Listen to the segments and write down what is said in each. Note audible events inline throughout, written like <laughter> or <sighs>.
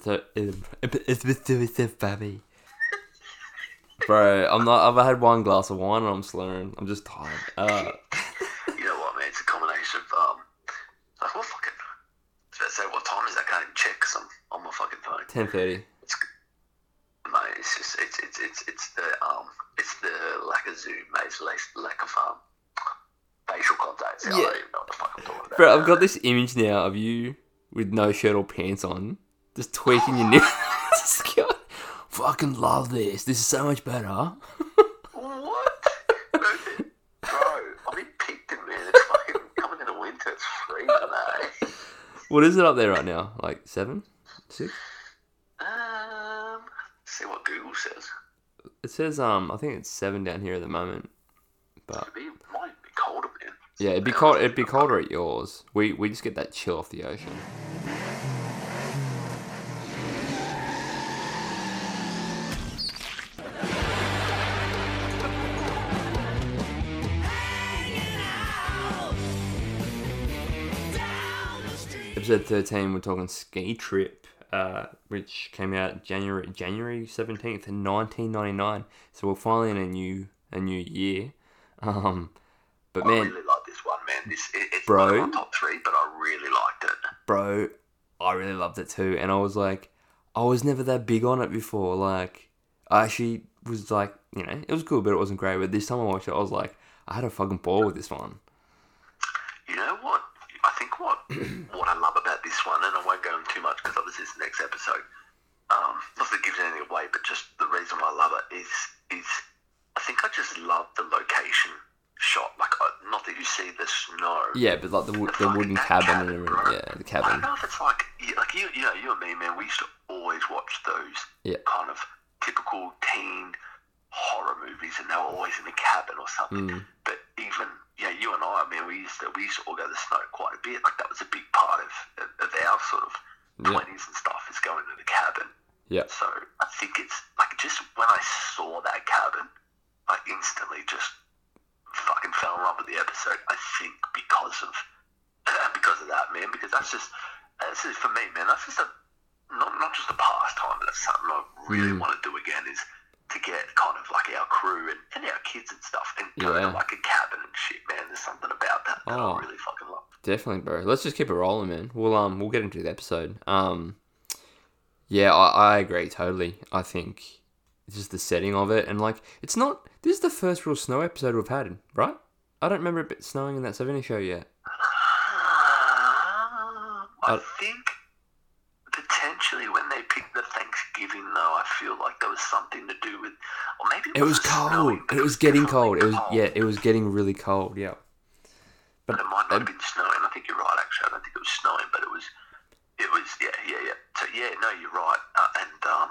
so it's been so family. Bro, I'm not. I've had one glass of wine and I'm slurring. I'm just tired. Uh, You know what, man? It's a combination of um, like what fucking. I was about to say what time is that? I can't even check 'cause I'm on my fucking phone. ten thirty. Mate, it's just it's it's it's it's the um it's the lack of Zoom, mate. It's lack, lack of um facial contact. See, I Yeah. don't even know what the fuck I'm talking about. Bro, I've got this image now of you with no shirt or pants on, just tweaking <laughs> your nipples. Fucking love this. This is so much better. What? <laughs> Bro, I'm in Picton, man. It's fucking coming into winter. It's freezing, mate. What is it up there right now? Like seven, six? Um, see what Google says. It says um, I think it's seven down here at the moment. But It'd be, might be colder, man. yeah, it'd be cold. It'd be colder at yours. We we just get that chill off the ocean. Episode thirteen, we're talking ski trip, uh, which came out January January seventeenth, nineteen ninety nine. So we're finally in a new a new year. Um, but I man, really like this one, man. This it, it's Bro. not in my top three, but I really liked it. bro, I really loved it too. And I was like, I was never that big on it before. Like, I actually was like, you know, it was cool, but it wasn't great. But this time I watched it, I was like, I had a fucking ball with this one. You know what? I think <clears throat> what what I love about this one, and I won't go into too much because obviously it's the next episode. Um, not that it gives anything away, but just the reason why I love it is is I think I just love the location shot. Like, I, not that you see the snow. Yeah, but like the, wo- the wooden cabin and everything. Yeah, I the don't cabin. know if it's like you- like you you know you and me, man. We used to always watch those Yeah. kind of typical teen horror movies, and they were always in the cabin or something. Mm. But even yeah, you and I, I mean, we used to we used to all go to the snow quite a bit. Like that was a big part of of, of our sort of Yeah. twenties and stuff is going to the cabin. Yeah. So I think it's like just when I saw that cabin, I instantly just fucking fell in love with the episode. I think because of <clears throat> because of that, man. Because that's just that's just for me, man. That's just a not not just a pastime, but that's something I really Mm. want to do again. Is to get kind of like our crew and, and our kids and stuff and go Yeah. to like a cabin and shit, man. There's something about that that Oh. I really fucking love. Definitely, bro. Let's just keep it rolling, man. We'll um we'll get into the episode. Um, yeah, I, I agree totally. I think it's just the setting of it, and like it's not. This is the first real snow episode we've had, right? I don't remember it snowing in that seventy show yet. I But- Ah, think potentially when they picked the Thanksgiving, though, I feel like there was something to do with, or maybe it, It was wasn't cold. snowing, but It was getting cold. definitely It was yeah. It was getting really cold. Yeah. It might not have been snowing. I think you're right. Actually, I don't think it was snowing, but it was. It was. Yeah, yeah, yeah. So yeah, no, you're right. Uh, and um,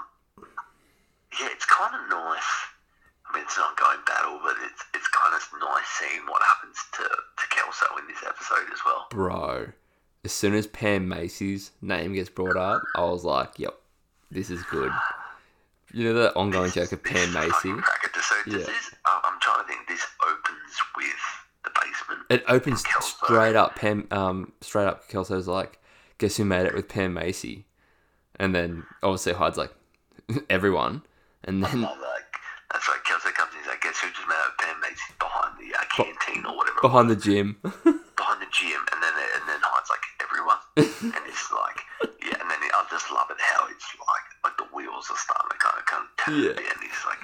yeah, it's kind of nice. I mean, it's an ongoing battle, but it's it's kind of nice seeing what happens to to Kelso in this episode as well. bro. As soon as Pam Macy's name gets brought up, I was like, "Yep, this is good." You know that ongoing joke of Pam Macy. Cracker. So does Yeah. this? Uh, I'm trying to think. This opens with the basement. It opens straight up. Pam, um, straight up. Kelso's like, "Guess who made it with Pam Macy?" And then obviously Hyde's like, <laughs> "Everyone." And then <laughs> I'm like, that's right. Kelso comes in. He's like, guess who just made up Pam Macy's behind the uh, canteen or whatever. it behind the gym, <laughs> behind the gym, and then and then Hyde's like everyone, and it's like yeah, and then I just love it how it's like like the wheels are starting to kind of come turn, Yeah. a bit, and he's like,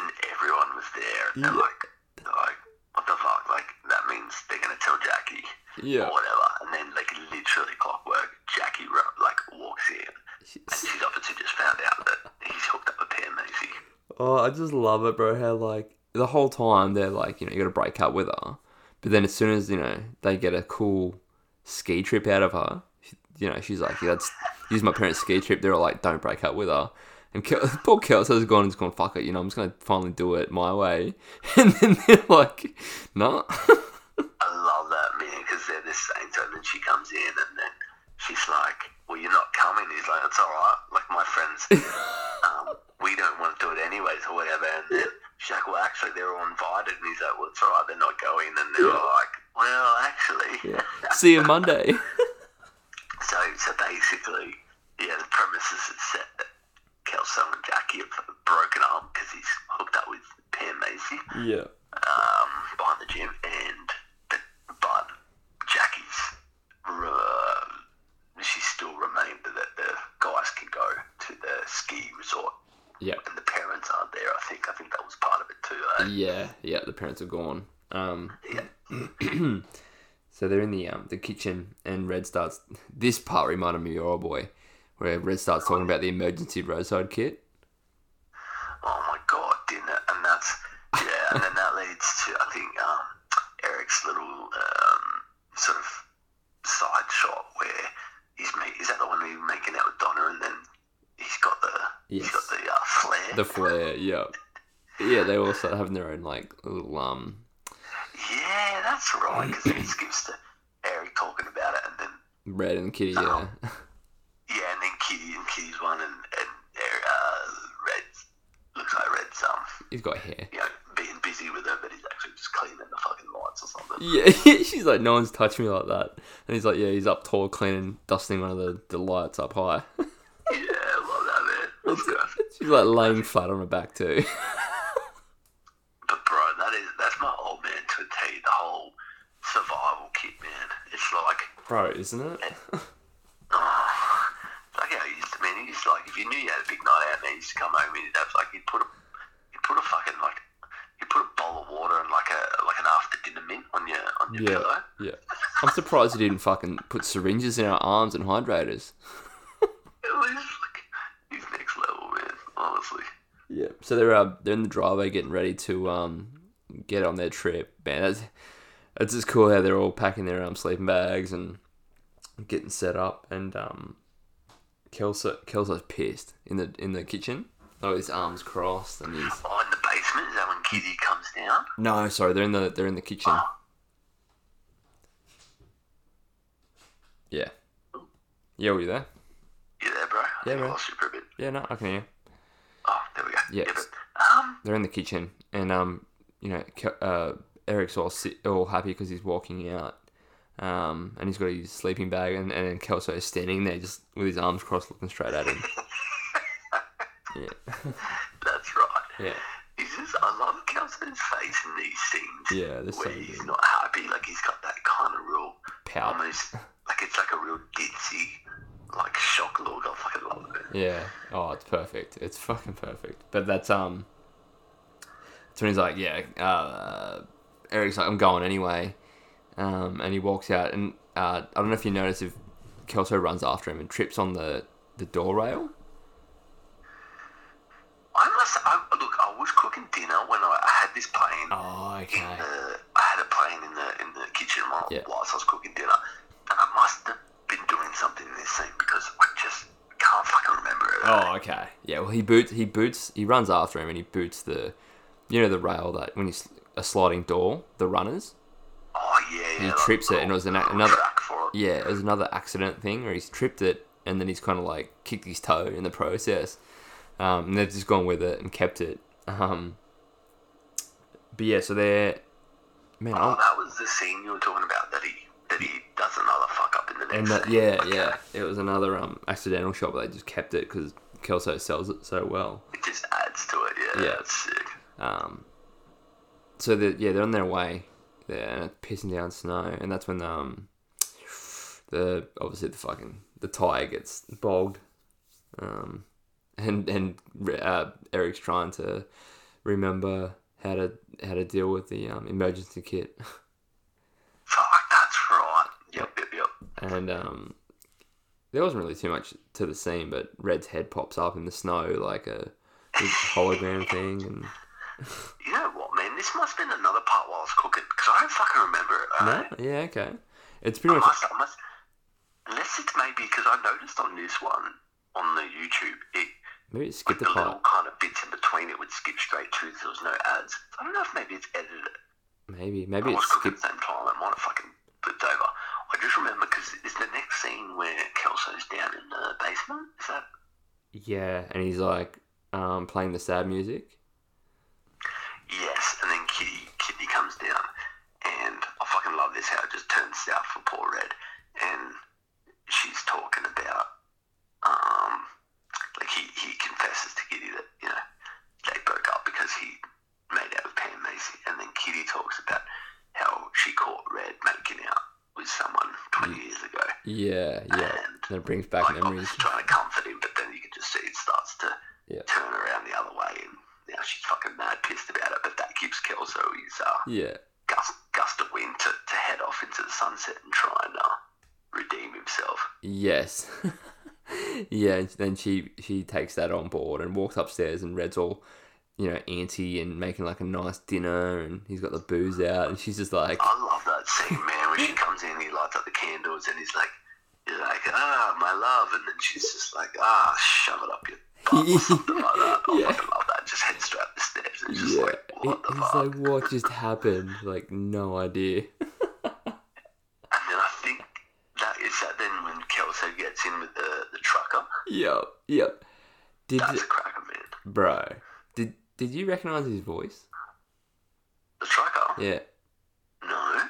and everyone was there, and Yeah. they're like, they're like what the fuck, like that means they're gonna tell Jackie yeah, or whatever, and then like literally clockwork, Jackie ru- like walks in, and she's obviously just found out that he's hooked up with Pam Macy. Oh, I just love it, bro. How like the whole time they're like, you know, you got to break up with her, but then as soon as you know they get a cool ski trip out of her, she, you know, she's like, yeah, that's use my parents' ski trip. They're all like, don't break up with her. And Kel- <laughs> poor Kelso's gone and just gone, fuck it, you know, I'm just gonna finally do it my way. <laughs> And then they're like, nah. I love that man because they're the same. So then she comes in and then she's like, "Well, you're not coming." He's like, "It's all right. Like my friends, um, we don't want to do it anyways or whatever." And then she's like, "Well, actually, they're all invited." And he's like, "Well, it's all right. They're not going." And they're like, "Well, actually." See you Monday. So so basically, yeah, the premises is set that Kelso and Jackie have broken up because he's hooked up with Pam Macy Yeah. um, behind the gym, and but, but Jackie's uh, she still remained that the guys can go to the ski resort, Yeah. and the parents aren't there. I think I think that was part of it too. Eh? Yeah. Yeah. The parents are gone. Um, Yeah. <clears throat> so they're in the um, the kitchen, and Red starts. This part reminded me of Oh Boy, where Red starts talking about the emergency roadside kit. Oh my god, didn't it? And that's yeah, and then that leads to I think um, Eric's little um, sort of side shot where he's ma- is that the one where he's making out with Donna, and then he's got the he's got the uh, flare. The flare. Yeah. Yeah. They all start having their own like little um. yeah, that's right. Because then it skips to Eric talking about it, and then Red and Kitty. Yeah. <laughs> yeah, and then Kitty and Kitty's one, and and Er- uh, Red looks like Red's um He's got hair. you know being busy with her, but he's actually just cleaning the fucking lights or something. Yeah, <laughs> she's like, no one's touched me like that. And he's like, yeah, he's up tall, cleaning, dusting one of the, the lights up high. <laughs> Yeah, love that man. That's good. She's like laying flat on her back too. <laughs> But bro, that is that's my old man to a T. The whole survival kit, man. It's like, Bro, isn't it? oh, it's like how he used to. Man, he used to like if you knew you had a big night out, man, he used to come home and he'd have like he'd put a he'd put a fucking like he'd put a bowl of water and like a like an after dinner mint on your on your Yeah, pillow. yeah. I'm surprised he didn't fucking put syringes in our arms and hydrators. It was like he's next level, man. Honestly. Yeah. So they're uh, they're in the driveway getting ready to um get on their trip. Man, that's that's just cool how they're all packing their um sleeping bags and getting set up. And um, Kelso Kelso's pissed in the in the kitchen. Oh, his arms crossed and he's Oh, in the basement is that when Kitty comes down? no, sorry, they're in the they're in the kitchen. Yeah. Yeah, were you there? You there, bro? I think I man. lost you for a bit. Yeah, no, I can hear. you. Oh, there we go. Yeah, Yeah, it's- but, um, they're in the kitchen, and um, you know, Ke- uh, Eric's all si- all happy because he's walking out, um, and he's got his sleeping bag, and and then Kelso is standing there just with his arms crossed, looking straight at him. yeah, That's right. <laughs> yeah, He's just, I love Kelso's face in these scenes. yeah. This Where so he's good. not happy, like he's got that kind of real, pout. <laughs> almost like it's like a real ditzy, like shock look. I fucking love it. Yeah. Oh, it's perfect. It's fucking perfect. But that's um. That's when he's like, yeah. Uh, Eric's like, I'm going anyway, um, and he walks out, and uh, I don't know if you notice if Kelso runs after him and trips on the the door rail. I must, I, look, I was cooking dinner when I, I had this plane. Oh, okay. Uh, I had a plane in the in the kitchen while, Yeah. whilst I was cooking dinner, and I must have been doing something in this scene because I just can't fucking remember it. Oh, okay. Yeah. Well, he boots. He boots. He runs after him, and he boots the, you know, the rail that when he's a sliding door, the runners. Oh, yeah, yeah. He like, trips it, and it was an, another. track for it. Yeah, it was another accident thing where he's tripped it, and then he's kind of like kicked his toe in the process. Um, and they've just gone with it and kept it. Um, but yeah, so they're. Man, Oh, I'm, that was the scene you were talking about that he that he does another fuck up in the And next. that, scene. yeah, yeah, it was another um accidental shot, but they just kept it because Kelso sells it so well. It just adds to it. Yeah, Yeah. that's sick. Um, so the, yeah, they're on their way there, and it's pissing down snow, and that's when um, the obviously the fucking the tire gets bogged, um, and and uh, Eric's trying to remember how to how to deal with the um, emergency kit, Fuck, that's right. Yep, yep, yep. and um, there wasn't really too much to the scene, but Red's head pops up in the snow like a big hologram thing, and You know what, man? This must have been another part while I was cooking because I don't fucking remember it. no, alright? yeah, okay, it's pretty I much must, I must. Unless it's maybe because I noticed on this one on the YouTube, it maybe skip the the part. little kind of bits in between it would skip straight to. There was no ads. So I don't know if maybe it's edited. Maybe, I maybe was it's cooking skip. at the same time. I might have fucking flipped over. I just remember because it's the next scene where Kelso's down in the basement. Is that? Yeah, and he's like um, playing the sad music. Yes, and then Kitty Kitty comes down, and I fucking love this how it just turns south for poor Red, and she's talking about um, like he, he confesses to Kitty that you know they broke up because he made out with Pam Macy, and then Kitty talks about how she caught Red making out with someone twenty years ago, Yeah, Mm. yeah. and And it brings back like, memories. obviously trying to comfort him, but then you can just see it starts to Yeah. turn around the other way, and now she's fucking mad pissed about it. But that gives Kelso his uh, Yeah, gust gust of wind to, to head off into the sunset and try and uh, redeem himself. yes. <laughs> yeah, and then she she takes that on board and walks upstairs and Red's all, you know, anti and making like a nice dinner and he's got the booze out and she's just like, I love that scene, man, when she comes in, he lights up the candles, and he's like, he's like, ah, my love, and then she's just like, ah, shove it up your butt or something like <laughs> that. I Yeah. fucking love that. Just head straight up the stairs. It's just yeah. like, what He- the He's fuck? like, what just happened? Like, no idea. and then I think that is that. Then when Kelso gets in with the the trucker, yep, yep. Did that's a cracker, man. bro? Did did you recognize his voice? The trucker. Yeah. No.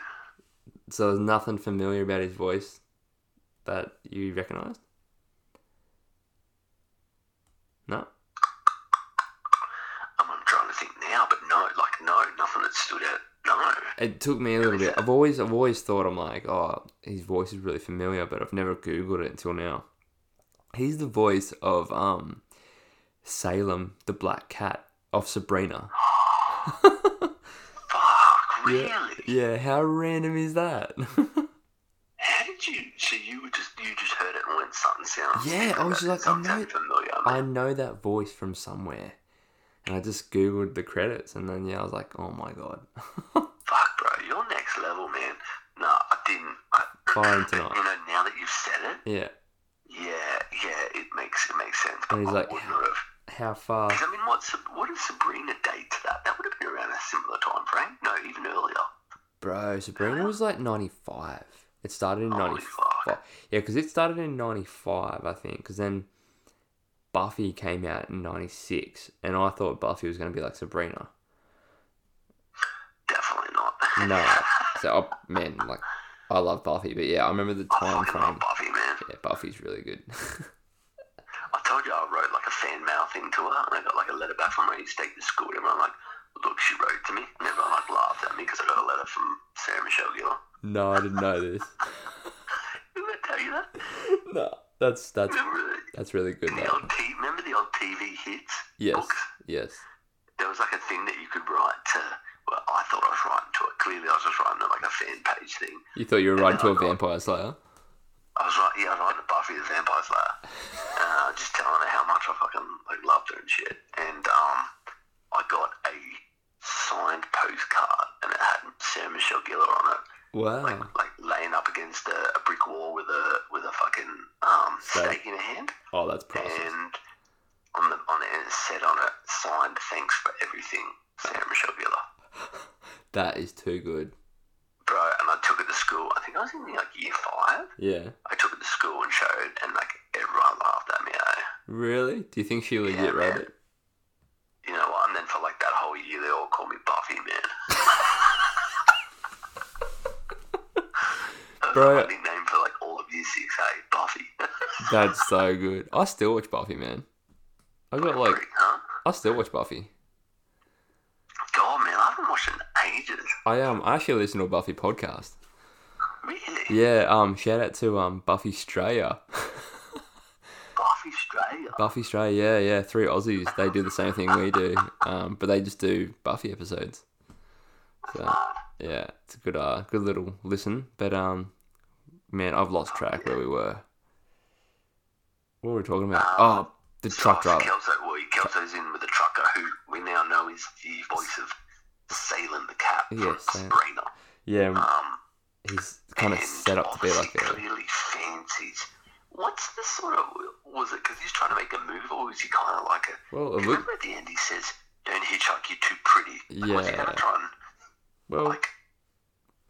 So there's nothing familiar about his voice that you recognized? No? I'm, I'm trying to think now, but no, like no, nothing that stood out. No. It took me a little bit. I've always I've always thought I'm like, oh, his voice is really familiar, but I've never Googled it until now. He's the voice of um Salem, the black cat, of Sabrina. <laughs> Fuck, really? Yeah, how random is that? <laughs> How did you? So you were just you just heard it and went something sounds. Yeah, I was just like, I something know- sounds familiar. I know that voice from somewhere. And I just Googled the credits and then yeah, I was like, oh my god. <laughs> Fuck, bro, you're next level, man. No, I didn't. I, <clears throat> Fine you tonight. know, now that you've said it, Yeah. yeah, yeah, it makes it makes sense. But And he's I like, wouldn't "How- have. How far? Because I mean, what's what is Sabrina date to that? That would have been around a similar time frame. No, even earlier. Bro, Sabrina was like 95. It started in Holy 95. fuck. Yeah, because it started in 95, I think. Because then Buffy came out in 96. And I thought Buffy was going to be like Sabrina. Definitely not. <laughs> No. so, oh, man, like, I love Buffy. But yeah, I remember the I time fucking love frame. Buffy, man. Yeah, Buffy's really good. <laughs> I told you I wrote like a fan mail thing to her, and I got like a letter back from her. I used to take to school, and everyone like, look, she wrote to me, and everyone like laughed at me because I got a letter from Sarah Michelle Gellar. no, I didn't know this. <laughs> Did I tell you that? No, that's that's Remember that's really good. the, the Though. old T? Remember the old TV hits? Yes, Books? yes, There was like a thing that you could write to. Well, I thought I was writing to it. Clearly, I was just writing to like a fan page thing. you thought you were riding to a vampire slayer. I was like, yeah, I was writing to Buffy the Vampire Slayer, uh, just telling her how much I fucking like, loved her and shit. And um, I got a signed postcard, and it had Sarah Michelle Gellar on it, like, Wow. like laying up against a, a brick wall with a with a fucking um, So- stake in her hand, Oh, that's priceless. and on the on it, and it said on it, signed, thanks for everything, Sarah Michelle Gellar. That is too good. Bro, and I took it to school. I think I was in like year five. Yeah. I took it to school and showed, and like everyone laughed at me. eh? Really? Do you think she legit Yeah, wrote man. it? you know what? And then for like that whole year, they all called me Buffy, man. <laughs> That was Bro. my nickname for like all of year six, hey, Buffy. That's so good. I still watch Buffy, man. I got like huh? I still watch Buffy. God, man, I haven't watched it in ages. I um I actually listen to a Buffy podcast. Really? Yeah, um shout out to um Buffy Straya. Buffy Australia. Buffy Straya, yeah, yeah. Three Aussies. They do the same thing we do. Um, but they just do Buffy episodes. So yeah, it's a good uh good little listen. But um man, I've lost track where we were. What were we talking about? Oh, the truck So, driver. Kelso, well, Kelso's in with a trucker who we now know is the voice of Salem the cat from Yes, Salem. Sabrina. Yeah, Um, he's kind of and Mm. set up to be like obviously a clearly fancies. What's the sort of was it? Because he's trying to make a move, or was he kind of like a? well, it look, Remember at the end he says, "Don't hitchhike, you're too pretty." Like, Was he Yeah. going to try and well, like?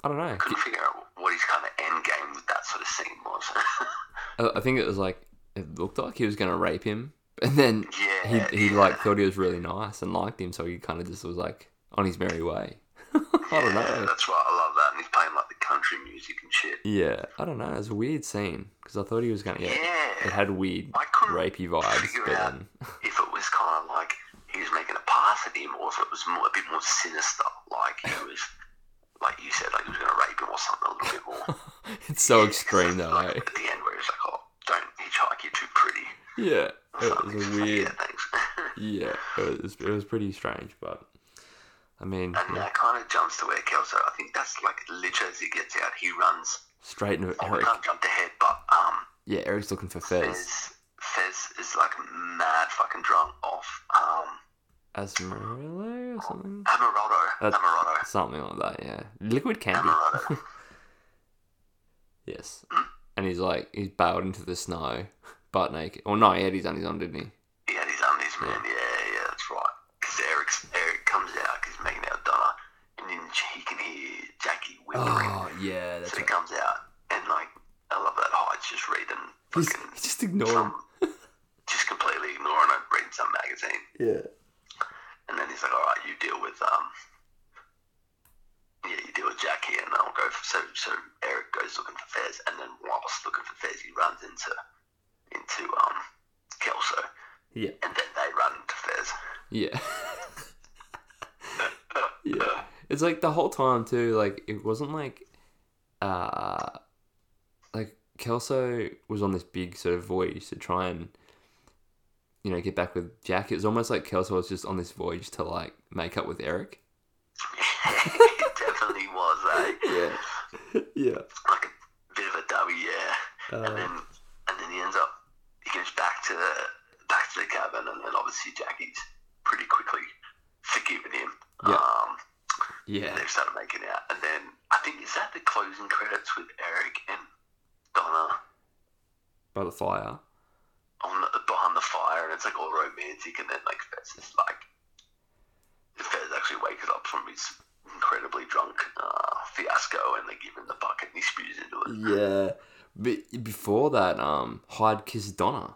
I don't know. Couldn't figure out what his kind of end game with that sort of scene was. <laughs> I, I think it was like it looked like he was gonna rape him, <laughs> and then yeah, he he yeah. like thought he was really nice and liked him, so he kind of just was like on his merry way. <laughs> I don't Yeah, know. that's why I love that. And he's playing like the country music and shit. Yeah, I don't know. It was a weird scene because I thought he was gonna. Yeah, Yeah. it had weird I couldn't rapey vibes, figure but out then <laughs> if it was kind of like he was making a pass at him, or if it was more, a bit more sinister, like <laughs> he was, like you said, like he was going to rape him or something a little bit more. it's <laughs> so Yeah, extreme though. <laughs> like, eh? At the end, where he's like, "Oh, don't hitchhike, you're too pretty." Yeah, or it something. <laughs> was It's a like, weird. Yeah, thanks. <laughs> Yeah, it was it was pretty strange, but I mean, and yeah, that kind of jumps to where Kelso. I think that's like literally as he gets out, he runs. straight into Oh, we Eric. can't jump ahead, but um, Yeah, Eric's looking for Fez. Fez, Fez is like mad fucking drunk off um Asmarillo or something, Amaroto. That's- Amaroto. <laughs> something like that. Yeah, liquid candy. Amaroto. Yes, and he's like he's bailed into the snow, <laughs> butt naked. Or no, he had his undies on, didn't he? He had his undies, man. Yeah, yeah, that's right. Because Eric's Eric comes out, 'cause he's making out Donna, and then he can hear Jackie whimpering. Oh yeah, that's so he right. comes out, and like, I love that Hyde's just reading He's, fucking he just ignored him. some, <laughs> just completely ignoring it, reading some magazine, Yeah. and then he's like, "All right, you deal with um." Yeah, you deal with Jackie, and I'll go. For, so, so Eric goes looking for Fez, and then whilst looking for Fez, he runs into into um Kelso, Yeah. and then they run into Fez. <laughs> Yeah. yeah. It's like the whole time too, like it wasn't like uh like Kelso was on this big sort of voyage to try and you know, get back with Jack. It was almost like Kelso was just on this voyage to like make up with Eric. <laughs> it definitely was a Yeah. yeah. like a bit of a W, yeah. Uh, And then and then he ends up he goes back to the back to the cabin, and then obviously Jackie's pretty quickly forgiven him. Yeah. Um, and yeah. they've started making out, and then I think is that the closing credits with Eric and Donna By the fire. on the, behind the fire, and it's like all romantic, and then like Fez is like Fez actually wakes up from his incredibly drunk uh, fiasco, and they give him the bucket, and he spews into it. Yeah. But before that, um, Hyde kissed Donna.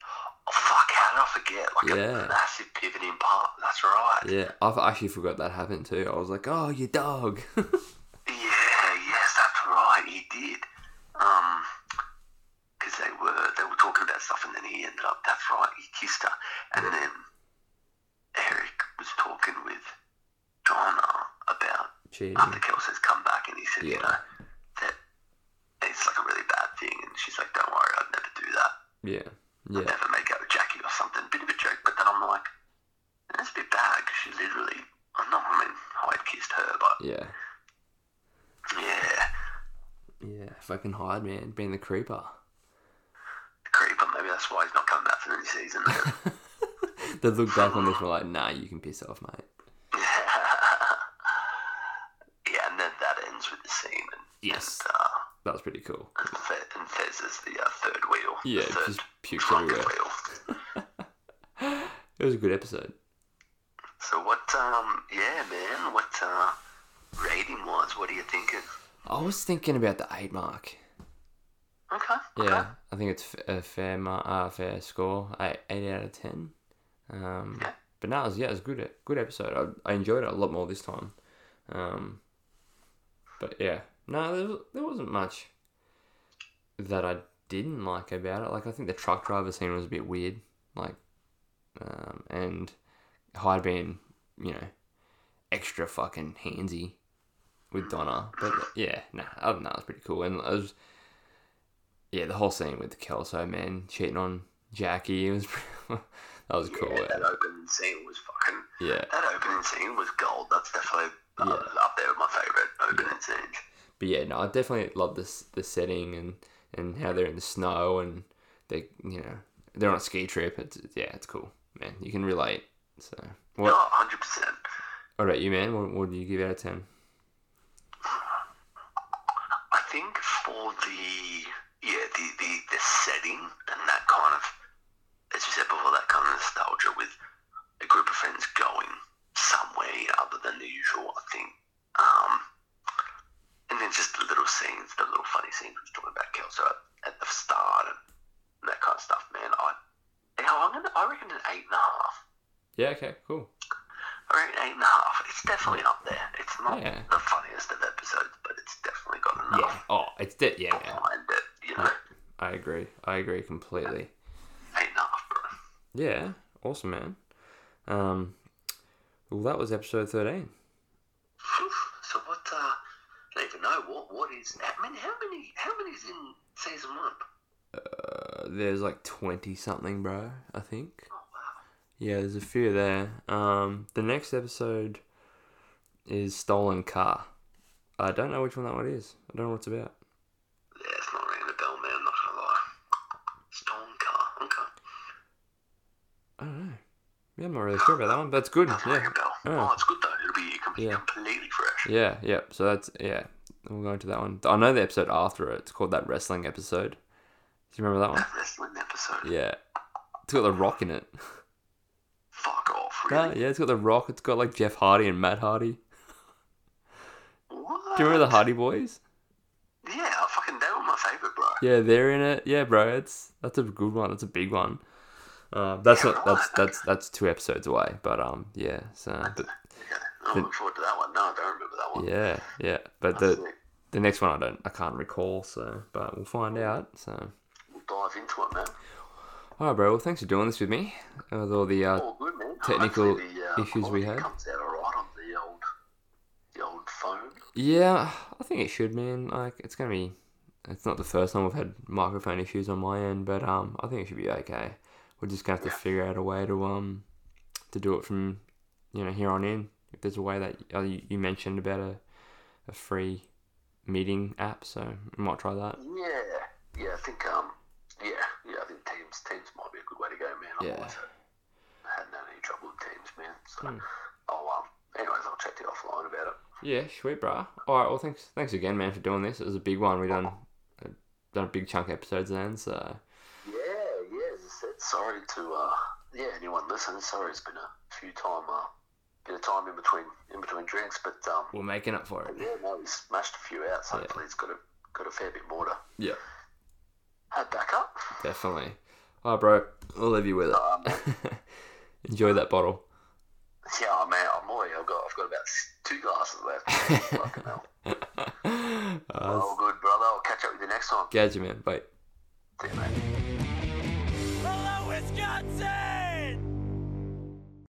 Oh, fuck, how did I forget? Like Yeah. a massive pivoting part. That's right. Yeah. Yeah, I've actually forgot that happened too. I was like, "Oh, you dog." yes, that's right. He did. Um, because they were they were talking about stuff, and then he ended up. That's right. He kissed her, and then Eric was talking with Donna about Cheating. after Kelsey's come back, and he said, you Mm-hmm. Yeah. know, that it's like a really bad thing, and she's like, don't worry, I'd never do that. Yeah. Yeah. never make out with Jackie or something. Bit of a joke, but then I'm like, that's a bit bad because she literally, I know, I mean, Hyde kissed her, but Yeah. yeah, Yeah. Fucking hide, man. Being the creeper. creeper. Maybe that's why he's not coming back for the new <laughs> season. <laughs> they look back on this and were like, "Nah, you can piss off, mate." yeah, and then that ends with the scene, and, Yes. uh, That was pretty cool. and, Fe- and Fez is the uh, third wheel. the Yeah, third just pukes drunken everywhere. wheel. <laughs> It was a good episode. So what? Um, yeah, man. What uh, rating wise? What are you thinking? I was thinking about the eight mark. Okay. Okay. Yeah, I think it's f- a fair mar- uh, fair score. Eight, eight out of ten. Um, Yeah. but no, it was, yeah, it was a good e- good episode. I, I enjoyed it a lot more this time. Um, but yeah, no, there, was- there wasn't much that I didn't like about it. Like I think the truck driver scene was a bit weird. Like, um, and Hyde being you know extra fucking handsy with Donna. But yeah, nah, other than that, it was pretty cool. And it was yeah, the whole scene with Kelso man cheating on Jackie it was <laughs> that was cool. Yeah, that opening scene was fucking. Yeah, That opening scene was gold. That's definitely uh, Yeah. up there with my favourite opening scenes. but yeah, no, I definitely love this the setting and and how they're in the snow and they you know they're on a ski trip. It's yeah, it's cool, man. You can relate. So what, Oh, 100%. what about you, man? What, what do you give out of ten? I think for the yeah the, the, the setting and that kind of as you said before that kind of nostalgia with a group of friends going somewhere you know, other than the usual I think um, and then just the little scenes the little funny scenes we was talking about Kelso at, at the start and, that kind of stuff man I yeah, I'm gonna I reckon an eight and a half Yeah, okay, cool. I I reckon eight and a half. It's definitely up there. It's not Yeah. the funniest of episodes, but it's definitely got Yeah. enough Oh, it's de- yeah, yeah. behind it. You know, I agree. I agree completely. eight and a half, bro. <sighs> Yeah. Awesome, man. Um, well, that was episode 13. Phew. So what? Uh, I don't even know what. What is? I mean, how many? How many's in season one? Uh, there's like 20 something, bro, I think. Oh wow. Yeah, there's a few there. Um, the next episode is Stolen Car. I don't know which one that one is. I don't know what it's about. Yeah, it's not ringing the bell, man. I'm not gonna lie. Stone car. Okay. I don't know. Yeah, I'm not really sure about that one, but it's good. Doesn't ring a Yeah. bell. Oh. Oh, it's good though. It'll be completely, Yeah. completely fresh. Yeah, yeah. So that's yeah. We'll go into that one. I know the episode after it. It's called that wrestling episode. Do you remember that one? That wrestling episode. Yeah. It's got the Rock in it. <laughs> Fuck off, No, really. yeah, it's got the Rock. It's got like Jeff Hardy and Matt Hardy. What? Do you remember the Hardy Boys? Yeah, I fucking they were my favorite, bro. Yeah, they're in it. Yeah, bro. It's that's a good one. That's a big one. Uh, that's Yeah, right. not that's that's that's two episodes away. But um, yeah. So but, Okay. I'm looking forward to that one. No, I don't remember that one. yeah, yeah. But That's the it. the next one I don't I can't recall. So but we'll find out. So We'll dive into it, man. all right, bro. Well, thanks for doing this with me. With all the uh, All good, man. Oh, technical Hopefully issues we quality had. Comes out all right on the old, the old phone. Yeah, I think it should, man. Like it's gonna be. It's not the first time we've had microphone issues on my end, but um, I think it should be okay. We're just gonna have to figure out a way to um, to do it from, you know, here on in. If there's a way that uh, you, you mentioned about a, a free meeting app, so we might try that. Yeah, yeah. I think um, yeah, yeah. I think Teams, Teams might be a good way to go, man. I've Yeah. Hmm. always had, hadn't had any trouble with Teams, man. So, oh um. Anyways, I'll chat to you offline about it. Yeah, sweet, brah. All right, well, thanks, thanks again, man, for doing this. It was a big one. We done uh, done a big chunk of episodes then, so Yeah, yeah. As I said, sorry to uh, yeah anyone listening. Sorry, it's been a few time uh, bit of time in between in between drinks, but um, we're making up for it. yeah, no, we smashed a few out. So hopefully, it's got a got a fair bit more to Yeah, add back up. definitely. All right, bro. I'll leave you with it. Um, <laughs> Enjoy that bottle. yeah, oh, man, I'm already. I've got I've got about s- two glasses left. <laughs> Fucking hell. uh, Oh, good, brother. I'll catch up with you next time. catch you, Uh, man. Bye. See you, mate.